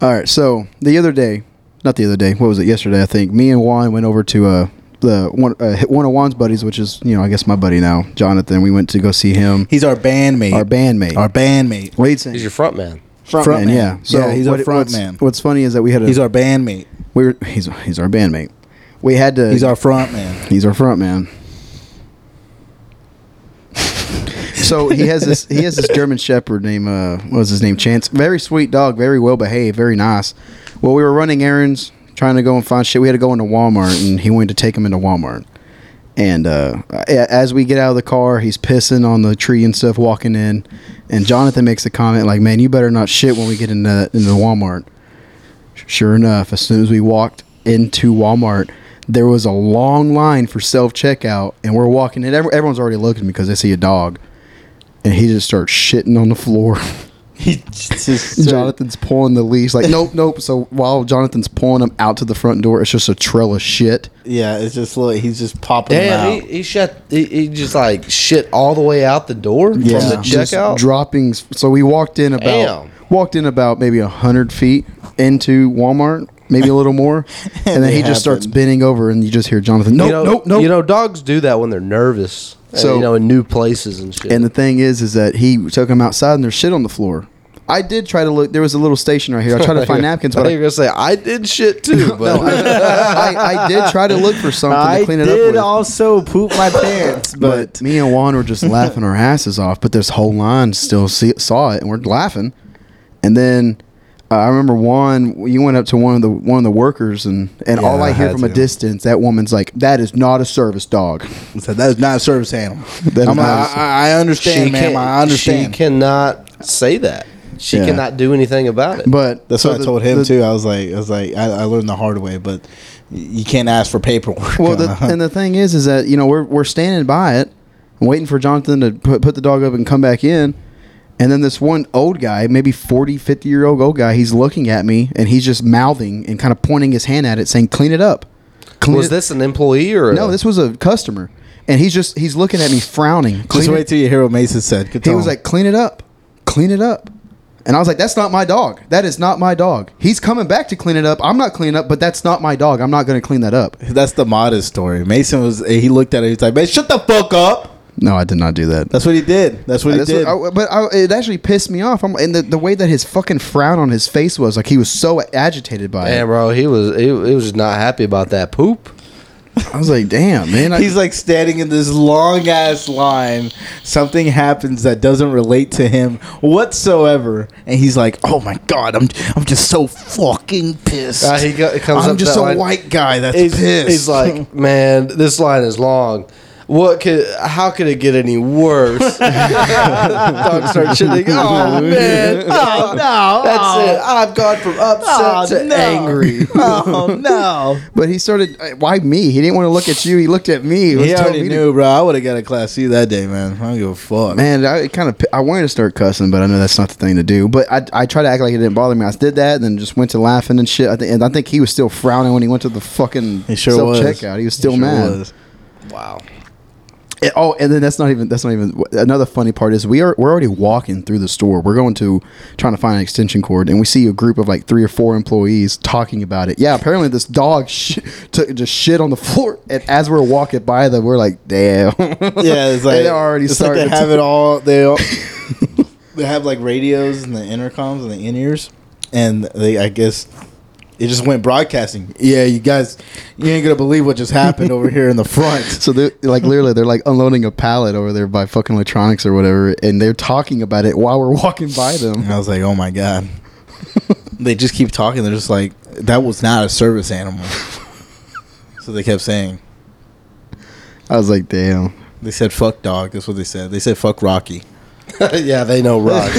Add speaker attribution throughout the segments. Speaker 1: All right. So the other day, not the other day, what was it? Yesterday, I think. Me and Juan went over to uh the one uh, one of Juan's buddies, which is you know I guess my buddy now, Jonathan. We went to go see him,
Speaker 2: He's our bandmate.
Speaker 1: our bandmate,
Speaker 2: Our bandmate.
Speaker 1: lead singer,
Speaker 3: He's your front man.
Speaker 1: front, man,
Speaker 2: front man.
Speaker 1: Yeah. So
Speaker 2: Yeah, he's our
Speaker 1: what-
Speaker 2: front
Speaker 1: what's-
Speaker 2: man.
Speaker 1: What's funny is that we had a
Speaker 2: He's our bandmate.
Speaker 1: we were, he's he's our bandmate. We had to
Speaker 2: He's our front man.
Speaker 1: He's our front man. so he has this he has this German Shepherd named uh, what was his name Chance. Very sweet dog, very well behaved, very nice. Well, we were running errands, trying to go and find shit. We had to go into Walmart, and he wanted to take him into Walmart. And uh, a- as we get out of the car, he's pissing on the tree and stuff, walking in. And Jonathan makes a comment like, "Man, you better not shit when we get into into Walmart." Sure enough, as soon as we walked into Walmart, there was a long line for self checkout, and we're walking, and every- everyone's already looking because they see a dog, and he just starts shitting on the floor. Jonathan's pulling the leash, like nope, nope. So while Jonathan's pulling him out to the front door, it's just a trail of shit.
Speaker 2: Yeah, it's just like he's just popping
Speaker 3: Damn,
Speaker 2: him
Speaker 3: he, he shut. He, he just like shit all the way out the door from the
Speaker 1: just
Speaker 3: checkout.
Speaker 1: droppings. So we walked in about
Speaker 3: Damn.
Speaker 1: walked in about maybe a hundred feet into Walmart, maybe a little more, and then
Speaker 2: It
Speaker 1: he just starts
Speaker 2: happened.
Speaker 1: bending over, and you just hear Jonathan, nope,
Speaker 3: you know,
Speaker 1: nope, nope.
Speaker 3: You know, dogs do that when they're nervous.
Speaker 1: So-
Speaker 3: So you know, in new places and shit.
Speaker 1: And the thing is, is that he took him outside and there's shit on the floor. I did try to look. There was a little station right here. I tried to find napkins,
Speaker 3: I
Speaker 1: but
Speaker 3: thought you
Speaker 1: I,
Speaker 3: were gonna say I did shit too, but
Speaker 1: I, I did try to look for something to clean it up with.
Speaker 2: also poop my pants,
Speaker 1: but, me and Juan were just laughing our asses off. But this whole line still see, saw it, and we're laughing. And then uh, I remember Juan, you went up to one of the one of the workers, and and all
Speaker 3: Yeah,
Speaker 1: I
Speaker 3: I
Speaker 1: hear
Speaker 3: had
Speaker 1: from a
Speaker 3: to.
Speaker 1: distance, that woman's like, "That is not a service dog."
Speaker 2: So that is not a service animal.
Speaker 1: That is
Speaker 2: I'm like,
Speaker 1: not a-
Speaker 2: I, I understand, ma'am. I understand.
Speaker 3: She cannot say that. She
Speaker 1: Yeah.
Speaker 3: cannot do anything about it.
Speaker 1: But
Speaker 2: That's
Speaker 1: so
Speaker 2: what I
Speaker 1: the-
Speaker 2: told him
Speaker 1: the-
Speaker 2: too. I was like, I was like, I, I learned the hard way, but y- you can't ask for paperwork.
Speaker 1: Well,
Speaker 2: on
Speaker 1: the,
Speaker 2: a-
Speaker 1: and the thing is, is that you know we're we're standing by it, waiting for Jonathan to put, put the dog up and come back in, and then this one old guy, maybe 40, 50 year old old guy, he's looking at me and he's just mouthing and kind of pointing his hand at it, saying, "Clean it up." Clean
Speaker 3: was
Speaker 1: it-
Speaker 3: this an employee or
Speaker 1: No, this was a customer, and he's just he's looking at me frowning.
Speaker 2: just
Speaker 1: Clean
Speaker 2: wait
Speaker 1: it,
Speaker 2: till you hear what Mason said. Good
Speaker 1: he
Speaker 2: tell
Speaker 1: was
Speaker 2: him.
Speaker 1: like, "Clean it up, clean it up." And I was like, "That's not my dog. That is not my dog. He's coming back to clean it up. I'm not cleaning up, but that's not my dog. I'm not going to clean that up."
Speaker 2: that's the modest story. Mason was he looked at it. He's like, man, shut the fuck up.
Speaker 1: No, I did not do that.
Speaker 2: That's what he did. That's what he
Speaker 1: That's
Speaker 2: did.
Speaker 1: what- I- but I, it actually pissed me off. I'm, and the, the way that his fucking frown on his face was, like he was so agitated by
Speaker 3: Man,
Speaker 1: it.
Speaker 3: bro, he was he, he was just not happy about that poop.
Speaker 1: I was like, damn, man. I,
Speaker 2: He's like standing in this long ass line. Something happens that doesn't relate to him whatsoever, and he's like, "Oh my god, I'm I'm just so fucking pissed.
Speaker 3: Uh, he go- he comes
Speaker 2: I'm
Speaker 3: up
Speaker 2: just
Speaker 3: that
Speaker 2: a
Speaker 3: line.
Speaker 2: white guy that's
Speaker 3: He's,
Speaker 2: pissed."
Speaker 3: he's like, man, this line is long. What could? How could it get any worse? Dog start shitting. Oh man! Oh
Speaker 2: no,
Speaker 3: That's it. I've gone from upset
Speaker 2: Oh,
Speaker 3: to
Speaker 2: no.
Speaker 3: angry.
Speaker 2: oh no."
Speaker 1: but he started, uh, why me? He didn't want to look at you. He looked at me. He, was
Speaker 2: He
Speaker 1: telling
Speaker 2: already
Speaker 1: me to-
Speaker 2: knew, bro. I would have got a class C that day, man. I don't give a fuck.
Speaker 1: Man, I it kind of I wanted to start cussing, but I know that's not the thing to do. But I, I tried to act like it didn't bother me. I did that, and then just went to laughing and shit. I think and I think he was still frowning when he went to the fucking
Speaker 2: He sure was.
Speaker 1: checkout. He was still
Speaker 2: Sure
Speaker 1: mad.
Speaker 2: was.
Speaker 3: Wow.
Speaker 1: And- oh, and then that's not even that's not even another funny part is we are we're already walking through the store. We're going to trying to find an extension cord, and we see a group of like three or four employees talking about it. Yeah, apparently this dog sh- took just shit on the floor, and as we're walking by them, we're like, damn.
Speaker 2: Yeah, it's like
Speaker 1: They already
Speaker 2: it's like
Speaker 1: started
Speaker 2: they
Speaker 1: to-
Speaker 2: have it all. They all, they have like radios and the intercoms and the in ears, and they I guess it just went broadcasting. Yeah, you guys, you ain't gonna believe what just happened over here in the front.
Speaker 1: So they're like literally they're like unloading a pallet over there by fucking electronics or whatever, and they're talking about it while we're walking by them.
Speaker 2: And I was like, oh my god. they just keep talking. They're just like, that was not a service animal. so they kept saying.
Speaker 1: I was like, damn.
Speaker 2: They said fuck dog. That's what they said. They said fuck Rocky.
Speaker 3: yeah, they know Rock.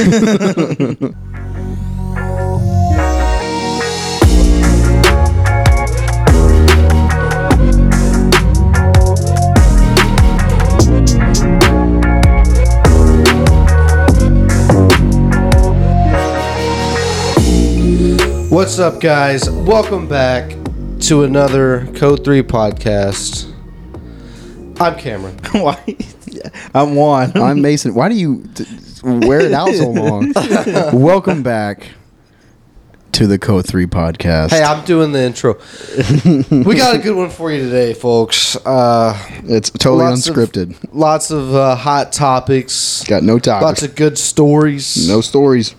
Speaker 3: What's up, guys? Welcome back to another Code 3 podcast. I'm Cameron.
Speaker 2: Why? I'm one.
Speaker 1: I'm Mason. Why do you t- wear it out so long? Welcome back to the Code 3 podcast.
Speaker 3: Hey, I'm doing the intro. we got a good one for you today, folks. Uh,
Speaker 1: it's totally
Speaker 3: lots of-
Speaker 1: unscripted.
Speaker 3: lots of uh, hot topics,
Speaker 1: Got no
Speaker 3: lots
Speaker 1: topics.
Speaker 3: of good stories.
Speaker 1: No stories.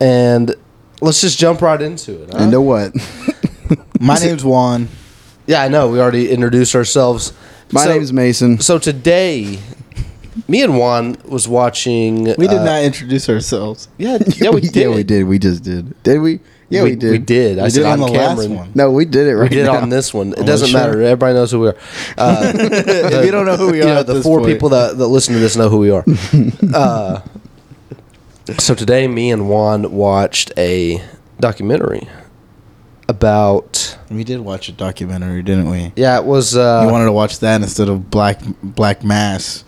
Speaker 3: And let's just jump right into it. huh?
Speaker 1: And know what?
Speaker 2: My name's Juan.
Speaker 3: yeah, I know. We already introduced ourselves.
Speaker 1: My
Speaker 3: so,
Speaker 1: name's Mason.
Speaker 3: So today, me and Juan was watching.
Speaker 2: We did
Speaker 3: uh,
Speaker 2: not introduce ourselves.
Speaker 3: Yeah, yeah, we did.
Speaker 1: Yeah, we did. We just did. Did we? Yeah, we, did.
Speaker 3: We did. I
Speaker 2: We
Speaker 3: said
Speaker 2: did on
Speaker 3: on,
Speaker 2: the
Speaker 3: camera.
Speaker 2: last one.
Speaker 1: No, we did it right
Speaker 3: We did
Speaker 1: now.
Speaker 3: on this one. It
Speaker 2: Oh,
Speaker 3: doesn't
Speaker 2: sure.
Speaker 3: matter. Everybody knows who we are. Uh,
Speaker 2: If you don't know who we
Speaker 3: you
Speaker 2: are
Speaker 3: know,
Speaker 2: at
Speaker 3: the
Speaker 2: this
Speaker 3: four
Speaker 2: point-
Speaker 3: people that, that listen to this know who we are. uh, so today, me and Juan watched a documentary about.
Speaker 2: We did watch a documentary, didn't we?
Speaker 3: Yeah, it was. Uh,
Speaker 2: you wanted to watch that instead of Black Black Mass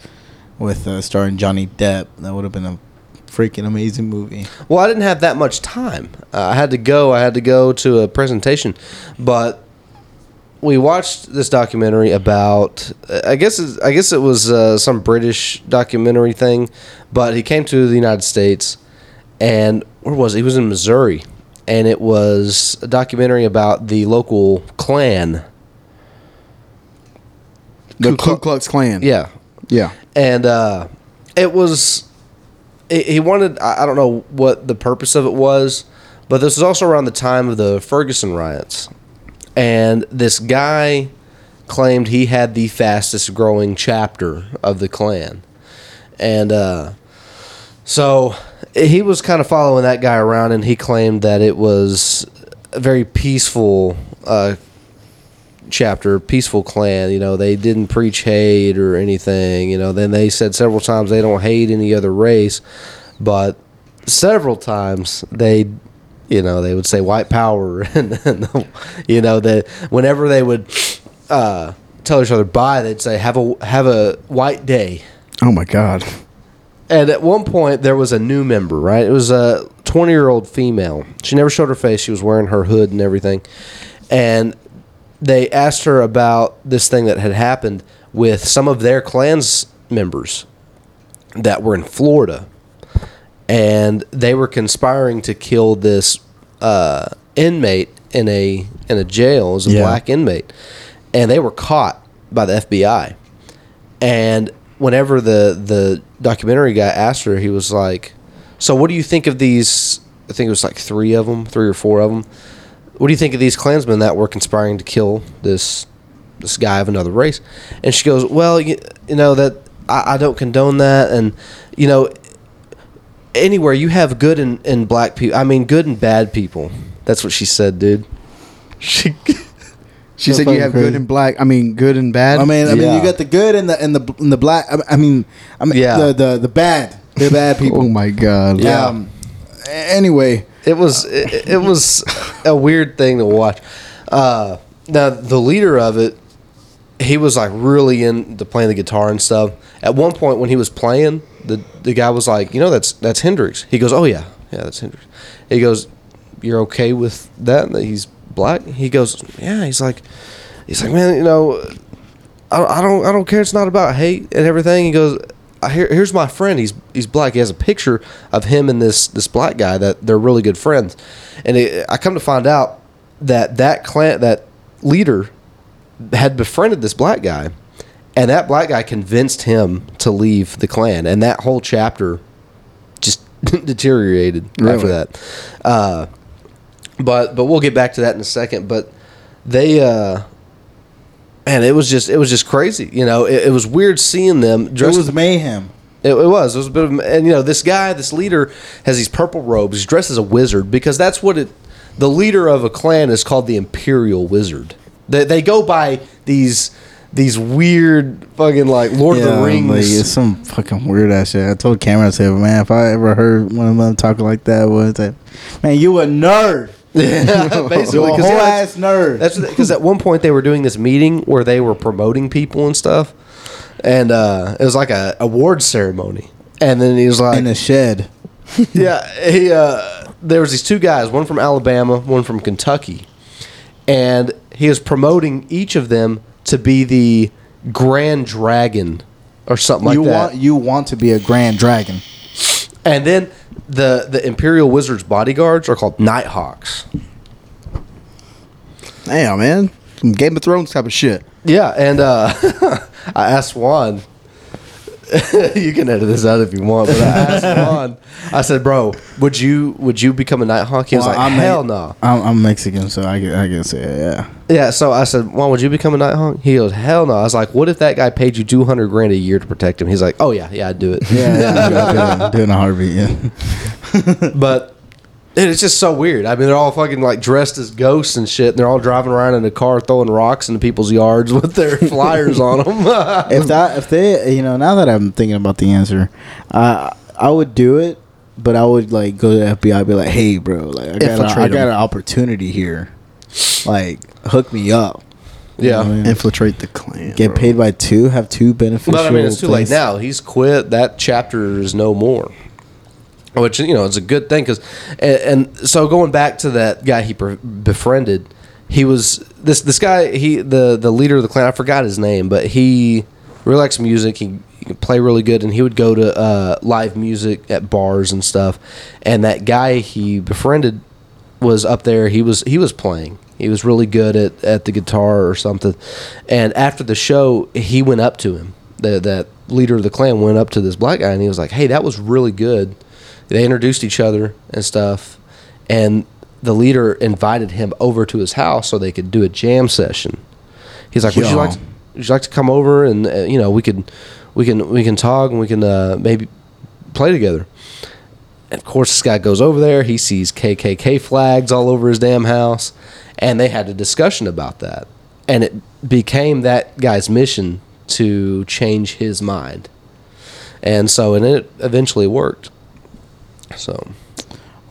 Speaker 2: with uh, starring Johnny Depp. That would have been a freaking amazing movie.
Speaker 3: Well, I didn't have that much time. Uh, I had to go. I had to go to a presentation, but we watched this documentary about. I guess it's- I guess it was uh, some British documentary thing, but he came to the United States, and where was he? He was in Missouri, and it was a documentary about the local Klan.
Speaker 1: The
Speaker 3: Ku Klux-
Speaker 1: Ku Klux Klan.
Speaker 3: Yeah,
Speaker 1: Yeah.
Speaker 3: and uh, it was he he wanted i I don't know what the purpose of it was but this was also around the time of the ferguson riots and this guy claimed he had the fastest growing chapter of the klan and uh, so he was kind of following that guy around and he claimed that it was a very peaceful uh, chapter, peaceful clan. You know, they didn't preach hate or anything. You know, then they said several times they don't hate any other race, but several times they, you know, they would say white power, and, and you know that whenever they would uh, tell each other bye, they'd say have a have a white day.
Speaker 1: Oh my God.
Speaker 3: And at one point, there was a new member, right? It was a 20 year old female. She never showed her face. She was wearing her hood and everything. And they asked her about this thing that had happened with some of their clan's members that were in Florida. And they were conspiring to kill this uh, inmate in a in a jail. It was a
Speaker 2: Yeah.
Speaker 3: black inmate, and they were caught by the FBI. And whenever the the documentary guy asked her, he was like, "So what do you think of these? I think it was like three of them, three or four of them. What do you think of these Klansmen that were conspiring to kill this this guy of another race?" And she goes, "Well, you, you know that I, I don't condone that, and you know." Anywhere you have good and, and black people, I mean, good and bad people. That's what she said, dude. She,
Speaker 1: She said
Speaker 2: So
Speaker 1: you
Speaker 2: fucking
Speaker 1: have
Speaker 2: crazy.
Speaker 1: good and black. I mean, good and bad.
Speaker 2: I mean, I mean,
Speaker 3: Yeah.
Speaker 2: you got the good and the and the and the black. I mean- I mean, I mean,
Speaker 3: Yeah.
Speaker 2: the the the bad, the bad people.
Speaker 1: oh my God.
Speaker 3: Yeah.
Speaker 2: Um, a- anyway,
Speaker 3: It was it, it was a weird thing to watch. Uh, now the leader of it, he was like really into playing the guitar and stuff. At one point when he was playing, the the guy was like, you know, that's that's Hendrix. He goes, oh yeah, yeah, that's Hendrix. He goes, you're okay with that? That he's black? He goes, yeah. He's like, he's like, man, you know, I, I don't I don't care. It's not about hate and everything. He goes, I, here, here's my friend. He's he's black. He has a picture of him and this this black guy that they're really good friends. And it, I come to find out that that clan that leader had befriended this black guy, and that black guy convinced him to leave the clan, and that whole chapter just deteriorated after
Speaker 1: Really?
Speaker 3: that. Uh, but but we'll get back to that in a second. But they. Uh, and it was just it was just crazy, you know. It, it was weird seeing them
Speaker 2: it
Speaker 3: dressed.
Speaker 2: was mayhem.
Speaker 3: It, it was. It was a bit of, and you know, this guy, this leader, has these purple robes. He's dressed as a wizard because that's what it. The leader of a clan is called the Imperial Wizard. They, they go by these these weird fucking like Lord of the Rings.
Speaker 2: Like, it's some fucking weird ass shit. I told Cameron, I said, man, if I ever heard one of them talking like that, was that, man, you a nerd.
Speaker 3: Yeah,
Speaker 2: You
Speaker 3: basically,
Speaker 2: a whole
Speaker 3: 'cause that's-
Speaker 2: ass nerd.
Speaker 3: That's because at one point they were doing this meeting where they were promoting people and stuff, and uh, it was like a award ceremony. And then he was like,
Speaker 2: in a shed.
Speaker 3: yeah, he uh, there was these two guys, one from Alabama, one from Kentucky, and he was promoting each of them to be the Grand Dragon or something
Speaker 2: you
Speaker 3: like that.
Speaker 2: want you want to be a grand dragon.
Speaker 3: and then the the Imperial Wizard's bodyguards are called Nighthawks.
Speaker 1: Damn, man. Some Game of Thrones type of shit.
Speaker 3: Yeah, and uh, I asked Juan. you can edit this out if you want, but I asked Juan. I said, "Bro, would you would you become a Nighthawk?" He was
Speaker 2: Well, I'm
Speaker 3: like, "Hell
Speaker 2: Me-
Speaker 3: no."
Speaker 2: I'm, I'm Mexican, so I can, I can say it, yeah.
Speaker 3: Yeah, so I said, "Juan, would you become a Nighthawk?" He goes, "Hell no." I was like, "What if that guy paid you two hundred grand a year to protect him?" He's like, "Oh yeah, yeah, I'd do it."
Speaker 2: Yeah, yeah, yeah, yeah. doing a heartbeat. Yeah.
Speaker 3: but dude, it's just so weird. I mean, they're all fucking like dressed as ghosts and shit, and they're all driving around in a car throwing rocks into people's yards with their flyers on them.
Speaker 2: if that if they you know now that I'm thinking about the answer, I I would do it, but I would like go to the FBI and be like, hey, bro, like I got, a, I
Speaker 1: Infiltrate 'em.
Speaker 2: got an opportunity here, like hook me up. You know what I
Speaker 3: yeah.
Speaker 2: mean?
Speaker 1: Infiltrate the clan.
Speaker 2: Get paid by two, have two beneficial.
Speaker 3: But I mean, it's too late
Speaker 2: things.
Speaker 3: now. He's quit. That chapter is no more. Which you know, it's a good thing because, and, and so going back to that guy he pre- befriended, he was this this guy he the the leader of the clan. I forgot his name, but he really likes music. He, he could play really good, and he would go to uh, live music at bars and stuff. And that guy he befriended was up there. He was he was playing. He was really good at, at the guitar or something. And after the show, he went up to him. The, that leader of the clan went up to this black guy and he was like, "Hey, that was really good." They introduced each other and stuff. And the leader invited him over to his house so they could do a jam session. He's like, "Would you
Speaker 1: Yeah.
Speaker 3: like to, would you like to come over and uh, you know we could we can we can talk and we can uh, maybe play together?" And of course, this guy goes over there. He sees KKK flags all over his damn house, and they had a discussion about that. And it became that guy's mission to change his mind, and so and it eventually worked. So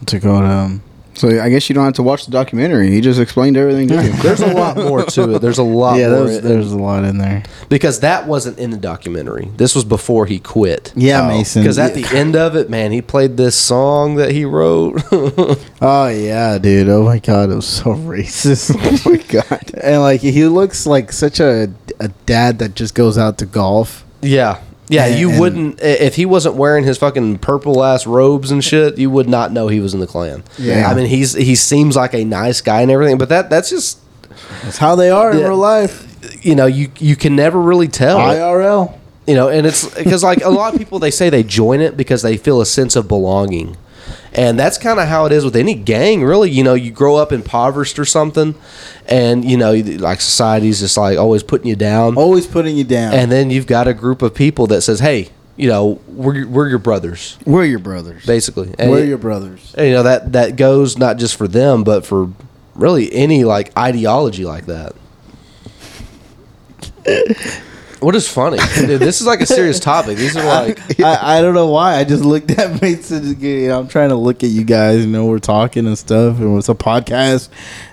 Speaker 2: to go to. Um,
Speaker 1: So I guess you don't have to watch the documentary. He just explained everything to you.
Speaker 3: there's a lot more to it. There's a lot
Speaker 2: yeah,
Speaker 3: more
Speaker 2: there's,
Speaker 3: in-
Speaker 2: there's a lot in there.
Speaker 3: because that wasn't in the documentary. This was before he quit.
Speaker 2: Yeah,
Speaker 1: Oh,
Speaker 2: Mason.
Speaker 3: Because at the end of it, man, he played this song that he wrote.
Speaker 2: oh yeah, dude. Oh my god, it was so racist.
Speaker 1: oh my god.
Speaker 2: and like he looks like such a a dad that just goes out to golf.
Speaker 3: Yeah. Yeah,
Speaker 2: And-
Speaker 3: you
Speaker 2: and-
Speaker 3: wouldn't i- if he wasn't wearing his fucking purple ass robes and shit. You would not know he was in the clan.
Speaker 1: Yeah.
Speaker 3: I mean he's he seems like a nice guy and everything, but that that's just
Speaker 2: That's how they are in
Speaker 3: Yeah.
Speaker 2: real life.
Speaker 3: you know you you can never really tell.
Speaker 2: IRL.
Speaker 3: you know and it's because like a lot of people they say they join it because they feel a sense of belonging and that's kind of how it is with any gang really you know you grow up impoverished or something and you know you- like society's just like always putting you down
Speaker 2: Always putting you down.
Speaker 3: and then you've got a group of people that says hey you know we're, we're your brothers
Speaker 1: We're your brothers.
Speaker 3: basically and
Speaker 2: we're your brothers.
Speaker 3: and, you know that that goes not just for them but for really any like ideology like that what is funny Dude, this is like a serious topic these are like
Speaker 2: I, I don't know why. I just looked at Mason. You know, I'm trying to look at you guys. You know, we're talking and stuff, and it's a podcast.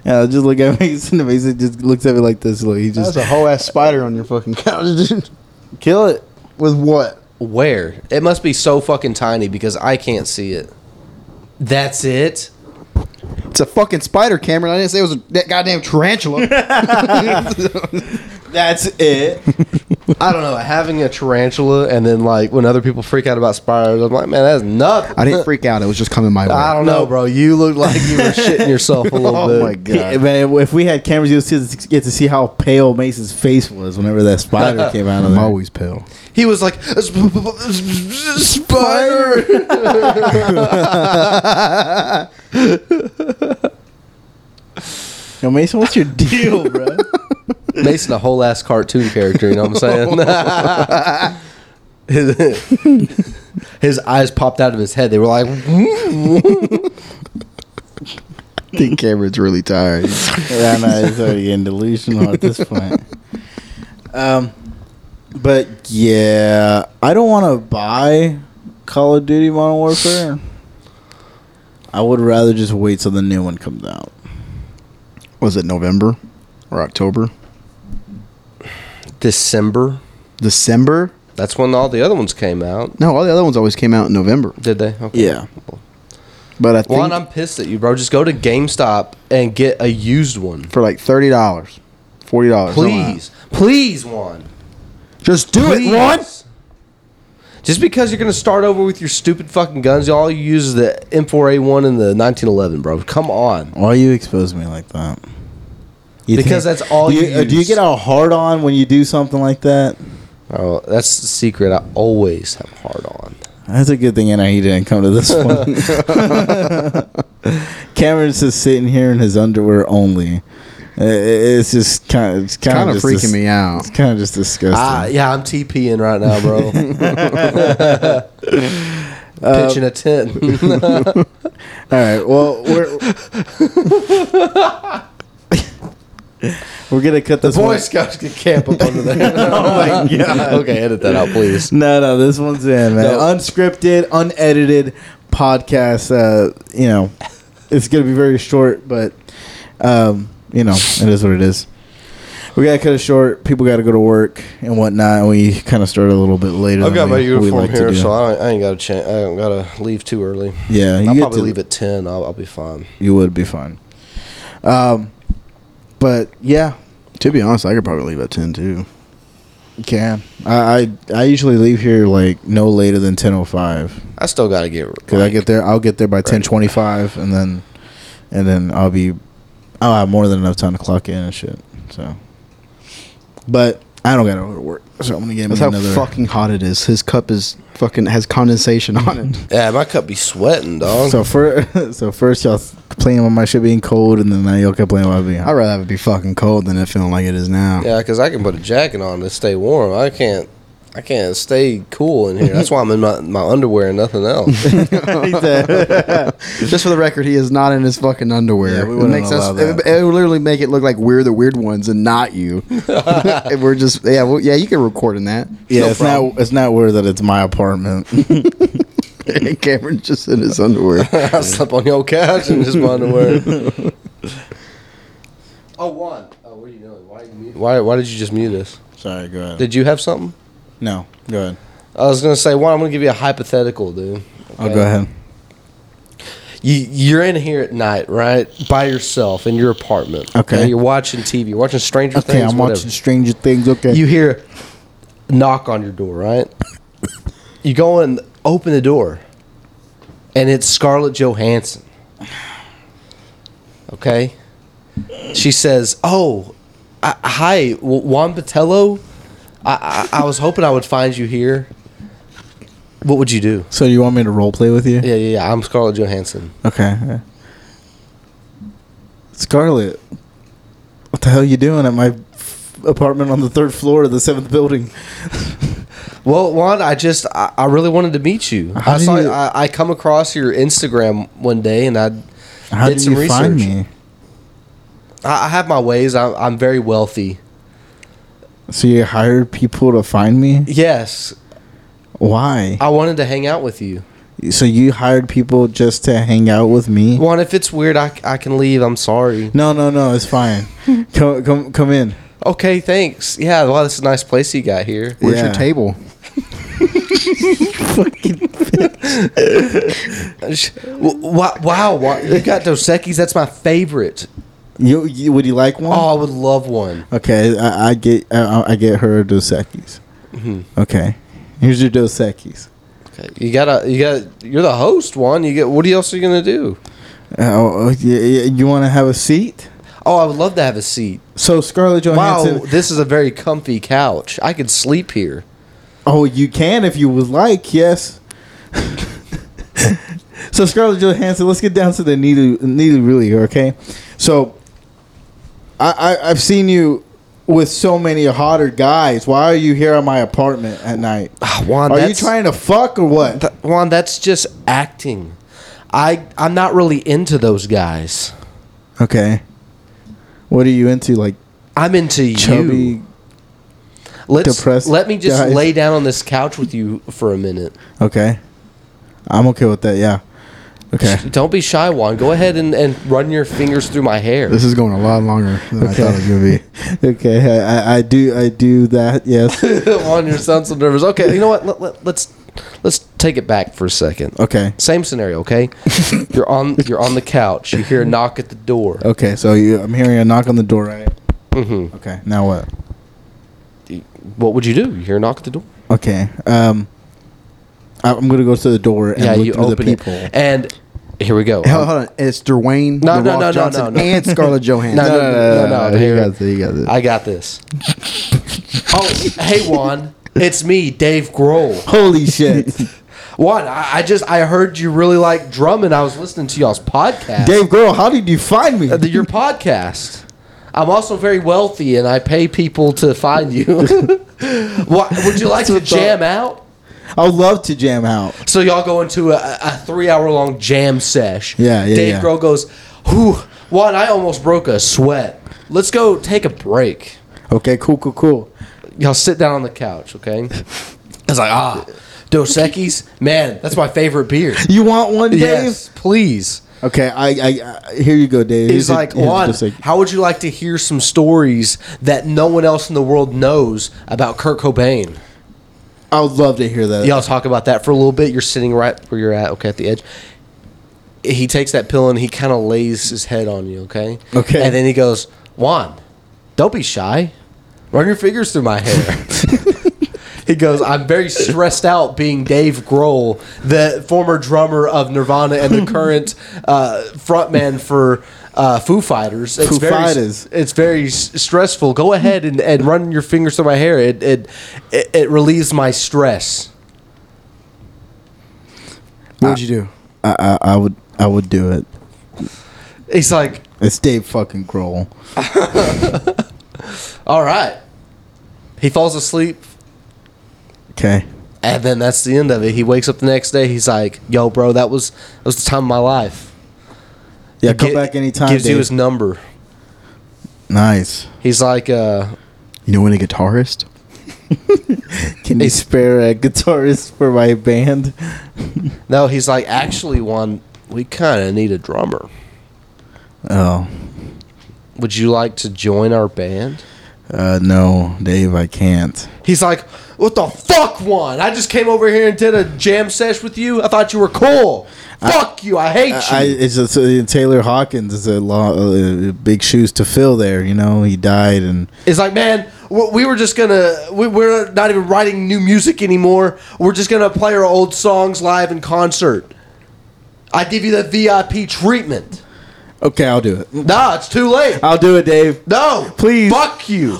Speaker 2: And I just look at Mason. And Mason just looks at me like this. Look, he just
Speaker 1: That's a whole ass spider on your fucking couch, dude.
Speaker 2: kill it.
Speaker 1: With what?
Speaker 3: Where? It must be so fucking tiny because I can't see it. That's it?
Speaker 1: It's a fucking spider, Cameron. I didn't say it was a, that goddamn tarantula.
Speaker 2: That's it.
Speaker 3: I don't know. Having a tarantula and then, like, when other people freak out about spiders, I'm like, man, that's nothing.
Speaker 1: I didn't freak out. It was just coming my way.
Speaker 3: I don't know, bro. You look like you were shitting yourself a little
Speaker 1: Oh
Speaker 3: bit.
Speaker 1: my God.
Speaker 2: Yeah, man, if we had cameras, you'll see, get to see how pale Mason's face was whenever that spider came out of
Speaker 1: I'm
Speaker 2: there.
Speaker 1: always pale.
Speaker 3: He was like, spider.
Speaker 2: Yo, Mason, what's your deal, bro?
Speaker 3: Mason, a whole ass cartoon character, you know what I'm saying? his, his eyes popped out of his head. They were like,
Speaker 1: I think Cameron's really tired.
Speaker 2: yeah, no, he's already getting delusional at this point. Um, but yeah, I don't want to buy Call of Duty Modern Warfare. I would rather just wait till the new one comes out.
Speaker 1: was it November or October?
Speaker 3: December.
Speaker 1: December?
Speaker 3: That's when all the other ones came out.
Speaker 1: No, all the other ones always came out in November.
Speaker 3: Did they? Okay.
Speaker 2: Yeah.
Speaker 1: But I think
Speaker 3: One, I'm pissed at you, bro. Just go to GameStop and get a used one.
Speaker 1: for like thirty dollars, forty dollars.
Speaker 3: Please. Please, one.
Speaker 1: just do
Speaker 3: Please.
Speaker 1: it, Juan.
Speaker 3: Just because you're going to start over with your stupid fucking guns, all you use is the M4A1 and the 1911, bro. Come on.
Speaker 2: Why you expose me like that? You
Speaker 3: Because that's all
Speaker 2: do
Speaker 3: you
Speaker 2: uh, Do you
Speaker 3: use.
Speaker 2: get all hard on when you do something like that?
Speaker 3: Oh, that's the secret. I always have hard on.
Speaker 2: That's a good thing NIE didn't come to this one. Cameron's just sitting here in his underwear only. I- I- It's just kind of, it's kind,
Speaker 1: Kind
Speaker 2: of
Speaker 1: of
Speaker 2: just
Speaker 1: freaking
Speaker 2: dis-
Speaker 1: me out.
Speaker 2: It's kind of just disgusting.
Speaker 3: Ah, yeah, I'm TPing right now, bro. Pitching a tent.
Speaker 2: All right. Well, we're we're gonna cut this.
Speaker 3: Boy
Speaker 2: one-
Speaker 3: Scouts can camp up under there.
Speaker 2: Oh my God.
Speaker 3: Okay, edit that out, please.
Speaker 2: No, no, this one's in, man.
Speaker 3: No.
Speaker 2: Unscripted, unedited podcast. Uh, you know, it's gonna be very short, but um, you know, it is what it is. We gotta cut it short. People gotta go to work and whatnot. And we kind of start a little bit later.
Speaker 3: I've
Speaker 2: than
Speaker 3: got
Speaker 2: we-
Speaker 3: my
Speaker 2: we
Speaker 3: uniform
Speaker 2: like to
Speaker 3: here,
Speaker 2: do.
Speaker 3: so I, don't, I ain't got to change. I don't got to leave too early.
Speaker 2: yeah, you
Speaker 3: I'll
Speaker 2: get
Speaker 3: probably
Speaker 2: to-
Speaker 3: leave at ten. I'll, I'll be fine.
Speaker 2: You would be fine. Um, but yeah,
Speaker 1: To be honest, I could probably leave at ten too.
Speaker 2: you can I, I I usually leave here like no later than ten o five.
Speaker 3: I still got to get.
Speaker 2: Cause I get there, I'll get there by ten twenty five, and then, and then I'll be, I'll have more than enough time to clock in and shit. So, but I don't gotta go to work, so I'm gonna get
Speaker 1: That's
Speaker 2: me
Speaker 1: how
Speaker 2: another.
Speaker 1: fucking hot it is. His cup is fucking has condensation on it.
Speaker 3: Yeah, my cup be sweating, dog.
Speaker 2: So for so first y'all complaining about my shit being cold, and then now y'all complain about me.
Speaker 1: I'd rather have it be fucking cold than it feeling like it is now.
Speaker 3: yeah, because I can put a jacket on to stay warm. I can't. I can't stay cool in here. That's why I'm in my, my underwear and nothing else.
Speaker 1: Just for the record, he is not in his fucking
Speaker 2: Yeah,
Speaker 1: underwear.
Speaker 2: we
Speaker 1: it
Speaker 2: wouldn't
Speaker 1: makes us.
Speaker 2: allow that.
Speaker 1: It, it would literally make it look like we're the weird ones and not you. And we're just yeah, well, yeah. You can record in that.
Speaker 2: yeah,
Speaker 1: No
Speaker 2: it's
Speaker 1: problem.
Speaker 2: not it's not weird that it's my apartment.
Speaker 1: Cameron's just in his underwear.
Speaker 3: I slept on your couch in just my underwear. oh, Juan. Oh, what are you doing? Why, why, why did you just mute us?
Speaker 2: Sorry, go ahead.
Speaker 3: Did you have something?
Speaker 2: no, go ahead.
Speaker 3: I was gonna say, Juan. I'm gonna give you a hypothetical, dude.
Speaker 2: I'll
Speaker 3: Okay?
Speaker 2: Oh, go ahead.
Speaker 3: You, you're in here at night, right, by yourself in your apartment.
Speaker 2: Okay.
Speaker 3: You're watching TV. You're watching Stranger
Speaker 2: Okay,
Speaker 3: Things.
Speaker 2: I'm
Speaker 3: whatever.
Speaker 2: watching Stranger Things. Okay,
Speaker 3: You hear a knock on your door, right? you go and open the door, and it's Scarlett Johansson. Okay, she says, "Oh, I, hi, W- Juan Patello. I, I I was hoping I would find you here. What would you do?
Speaker 2: so you want me to role play with you?
Speaker 3: Yeah, yeah, yeah. I'm Scarlett Johansson.
Speaker 2: Okay. yeah. Scarlet, what the hell you doing at my f- apartment on the third floor of the seventh building?
Speaker 3: Well, Juan, I just I, I really wanted to meet you.
Speaker 2: How
Speaker 3: I
Speaker 2: did
Speaker 3: saw
Speaker 2: you-
Speaker 3: I, I come across your Instagram one day, and I."
Speaker 2: How
Speaker 3: Did
Speaker 2: did,
Speaker 3: some
Speaker 2: you find me?
Speaker 3: research. I, I have my ways. I'm, I'm very wealthy.
Speaker 2: So you hired people to find me?
Speaker 3: Yes,
Speaker 2: Why?
Speaker 3: I wanted to hang out with you.
Speaker 2: So you hired people just to hang out with me?
Speaker 3: Juan, if it's weird, I, c- I can leave. I'm sorry.
Speaker 2: No, no, no. It's fine. come, come, come in.
Speaker 3: Okay, thanks. Yeah, well, this is a nice place you got here.
Speaker 1: Where's
Speaker 2: Yeah.
Speaker 1: your table?
Speaker 3: W- wa- Wow, Juan, you got Dos Equis? That's my favorite.
Speaker 2: You, you would you like one?
Speaker 3: Oh, I would love one.
Speaker 2: Okay, I, I get, I, I get her Dos Equis. Okay, here's your Dos Equis.
Speaker 3: Okay, you gotta, you gotta. You're the host, Juan. You get. What else are you gonna do?
Speaker 2: Oh, you, you want to have a seat?
Speaker 3: Oh, I would love to have a seat.
Speaker 2: So Scarlett
Speaker 3: Wow,
Speaker 2: Johansson.
Speaker 3: this is a very comfy couch. I could sleep here.
Speaker 2: Oh, you can if you would like. Yes. so Scarlett Johansson, let's get down to the needy, needy really. Okay. So, I, I I've seen you with so many hotter guys. Why are you here at my apartment at night?
Speaker 3: Ah, Juan,
Speaker 2: Are you
Speaker 3: that's-
Speaker 2: trying to fuck or what?
Speaker 3: Th- Juan, that's just acting. I I'm not really into those guys.
Speaker 2: okay. What are you into? Like
Speaker 3: I'm into you.
Speaker 2: chubby?
Speaker 3: Let's
Speaker 2: depressed
Speaker 3: let me just
Speaker 2: guys.
Speaker 3: lay down on this couch with you for a minute.
Speaker 2: Okay. I'm okay with that. Yeah. Okay.
Speaker 3: Don't be shy, Juan. Go ahead and, and run your fingers through my hair.
Speaker 1: This is going a lot longer than I
Speaker 2: Okay.
Speaker 1: thought it was gonna be.
Speaker 2: okay. I, I- I do. I do that. Yes.
Speaker 3: Juan, you sound so nervous. Okay, you know what? Let, let, let's let's take it back for a second.
Speaker 2: Okay.
Speaker 3: Same scenario, okay? you're on you're on the couch. You hear a knock at the door.
Speaker 2: Okay, so you, I'm hearing a knock on the door, right?
Speaker 3: hmm
Speaker 2: Okay, now what? Oh.
Speaker 3: What would you do? You hear a knock at the door.
Speaker 2: Okay, um, I'm gonna go to the door and
Speaker 3: yeah,
Speaker 2: look
Speaker 3: you
Speaker 2: through the
Speaker 3: open
Speaker 2: people.
Speaker 3: it, and here we go.
Speaker 1: Hold, hold on, it's Dwayne, The
Speaker 3: No, no,
Speaker 1: Rock
Speaker 3: no, no,
Speaker 1: Johnson,
Speaker 3: no, no.
Speaker 1: and Scarlett Johansson.
Speaker 3: No, no, no, no, no,
Speaker 2: He
Speaker 3: here.
Speaker 2: got it. He got it.
Speaker 3: I got this. oh, hey Juan, it's me, Dave Grohl.
Speaker 2: Holy shit!
Speaker 3: Juan, I, I just I heard you really like drumming. I was listening to y'all's podcast.
Speaker 2: Dave Girl, how did you find me?
Speaker 3: Uh, the- your podcast. I'm also very wealthy, and I pay people to find you. Why, would you like to jam out?
Speaker 2: I would love to jam out.
Speaker 3: So y'all go into a, a three hour long jam sesh.
Speaker 2: Yeah, yeah,
Speaker 3: Dave
Speaker 2: yeah.
Speaker 3: Grohl goes, "Whew, one, I almost broke a sweat. Let's go take a break."
Speaker 2: Okay, cool, cool, cool.
Speaker 3: Y'all sit down on the couch, okay? It's like ah, Dos Equis, man, that's my favorite beer.
Speaker 2: You want one, Dave?
Speaker 3: Yes, please.
Speaker 2: Okay, I, I, I here you go, Dave.
Speaker 3: He's
Speaker 2: Here's a-
Speaker 3: like,
Speaker 2: here's a
Speaker 3: Juan,
Speaker 2: Dos Equis."
Speaker 3: how would you like to hear some stories that no one else in the world knows about Kurt Cobain?
Speaker 2: I would love to hear that.
Speaker 3: Y'all talk about that for a little bit. You're sitting right where you're at, okay, at the edge. He takes that pill and he kind of lays his head on you, okay?
Speaker 2: Okay.
Speaker 3: And then he goes, Juan, don't be shy. Run your fingers through my hair. he goes, I'm very stressed out being Dave Grohl, the former drummer of Nirvana and the current uh, frontman for uh, Foo Fighters. It's
Speaker 2: Foo
Speaker 3: very,
Speaker 2: Fighters.
Speaker 3: It's very s- stressful. Go ahead and, and run your fingers through my hair. It, it, it, it relieves my stress.
Speaker 1: What would you do?
Speaker 2: I, I, I would, I would do it.
Speaker 3: He's like,
Speaker 2: It's Dave fucking Grohl.
Speaker 3: all right. He falls asleep,
Speaker 2: Okay.
Speaker 3: and then that's the end of it. He wakes up the next day. He's like, "Yo, bro, that was that was the time of my life."
Speaker 2: Yeah,
Speaker 3: He
Speaker 2: come
Speaker 3: gi-
Speaker 2: back anytime.
Speaker 3: Gives you
Speaker 2: Dave.
Speaker 3: his number.
Speaker 2: nice.
Speaker 3: He's like, uh,
Speaker 1: You know, when a guitarist.
Speaker 2: Can you spare a guitarist for my band?
Speaker 3: "No." He's like, "Actually, one, we kind of need a drummer.
Speaker 2: Oh,
Speaker 3: Would you like to join our band?"
Speaker 2: uh, no, Dave, I can't.
Speaker 3: He's like, "What the fuck, Juan? I just came over here and did a jam sesh with you. I thought you were cool. fuck you. I hate you."
Speaker 2: I, I it's just uh, Taylor Hawkins is a lo- uh, big shoes to fill. There, you know, he died, and
Speaker 3: It's like, man, we we were just gonna, we, we're not even writing new music anymore. We're just gonna play our old songs live in concert. I give you the VIP treatment.
Speaker 2: okay, I'll do it.
Speaker 3: Nah, it's too late.
Speaker 2: I'll do it, Dave.
Speaker 3: No,
Speaker 2: Please.
Speaker 3: fuck you.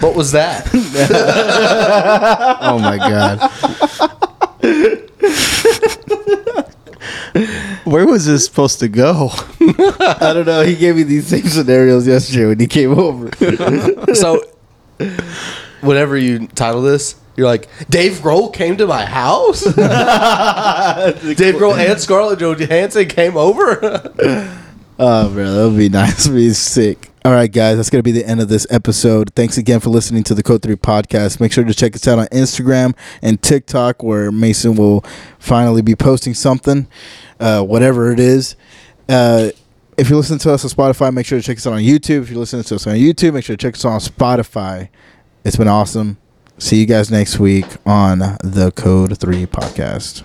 Speaker 3: what was that?
Speaker 1: Oh my god. Where was this supposed to go?
Speaker 2: I don't know. He gave me these same scenarios yesterday when he came over.
Speaker 3: So, whenever you title this, you're like, Dave Grohl came to my house. Dave Grohl and Scarlett Johansson came over.
Speaker 2: Oh, bro, that would be nice. That'd be sick. All right, guys, that's going to be the end of this episode. Thanks again for listening to the Code 3 podcast. Make sure to check us out on Instagram and TikTok, where Mason will finally be posting something, uh, whatever it is. Uh, if you're listening to us on Spotify, make sure to check us out on YouTube. If you're listening to us on YouTube, make sure to check us out on Spotify. It's been awesome. See you guys next week on the Code 3 podcast.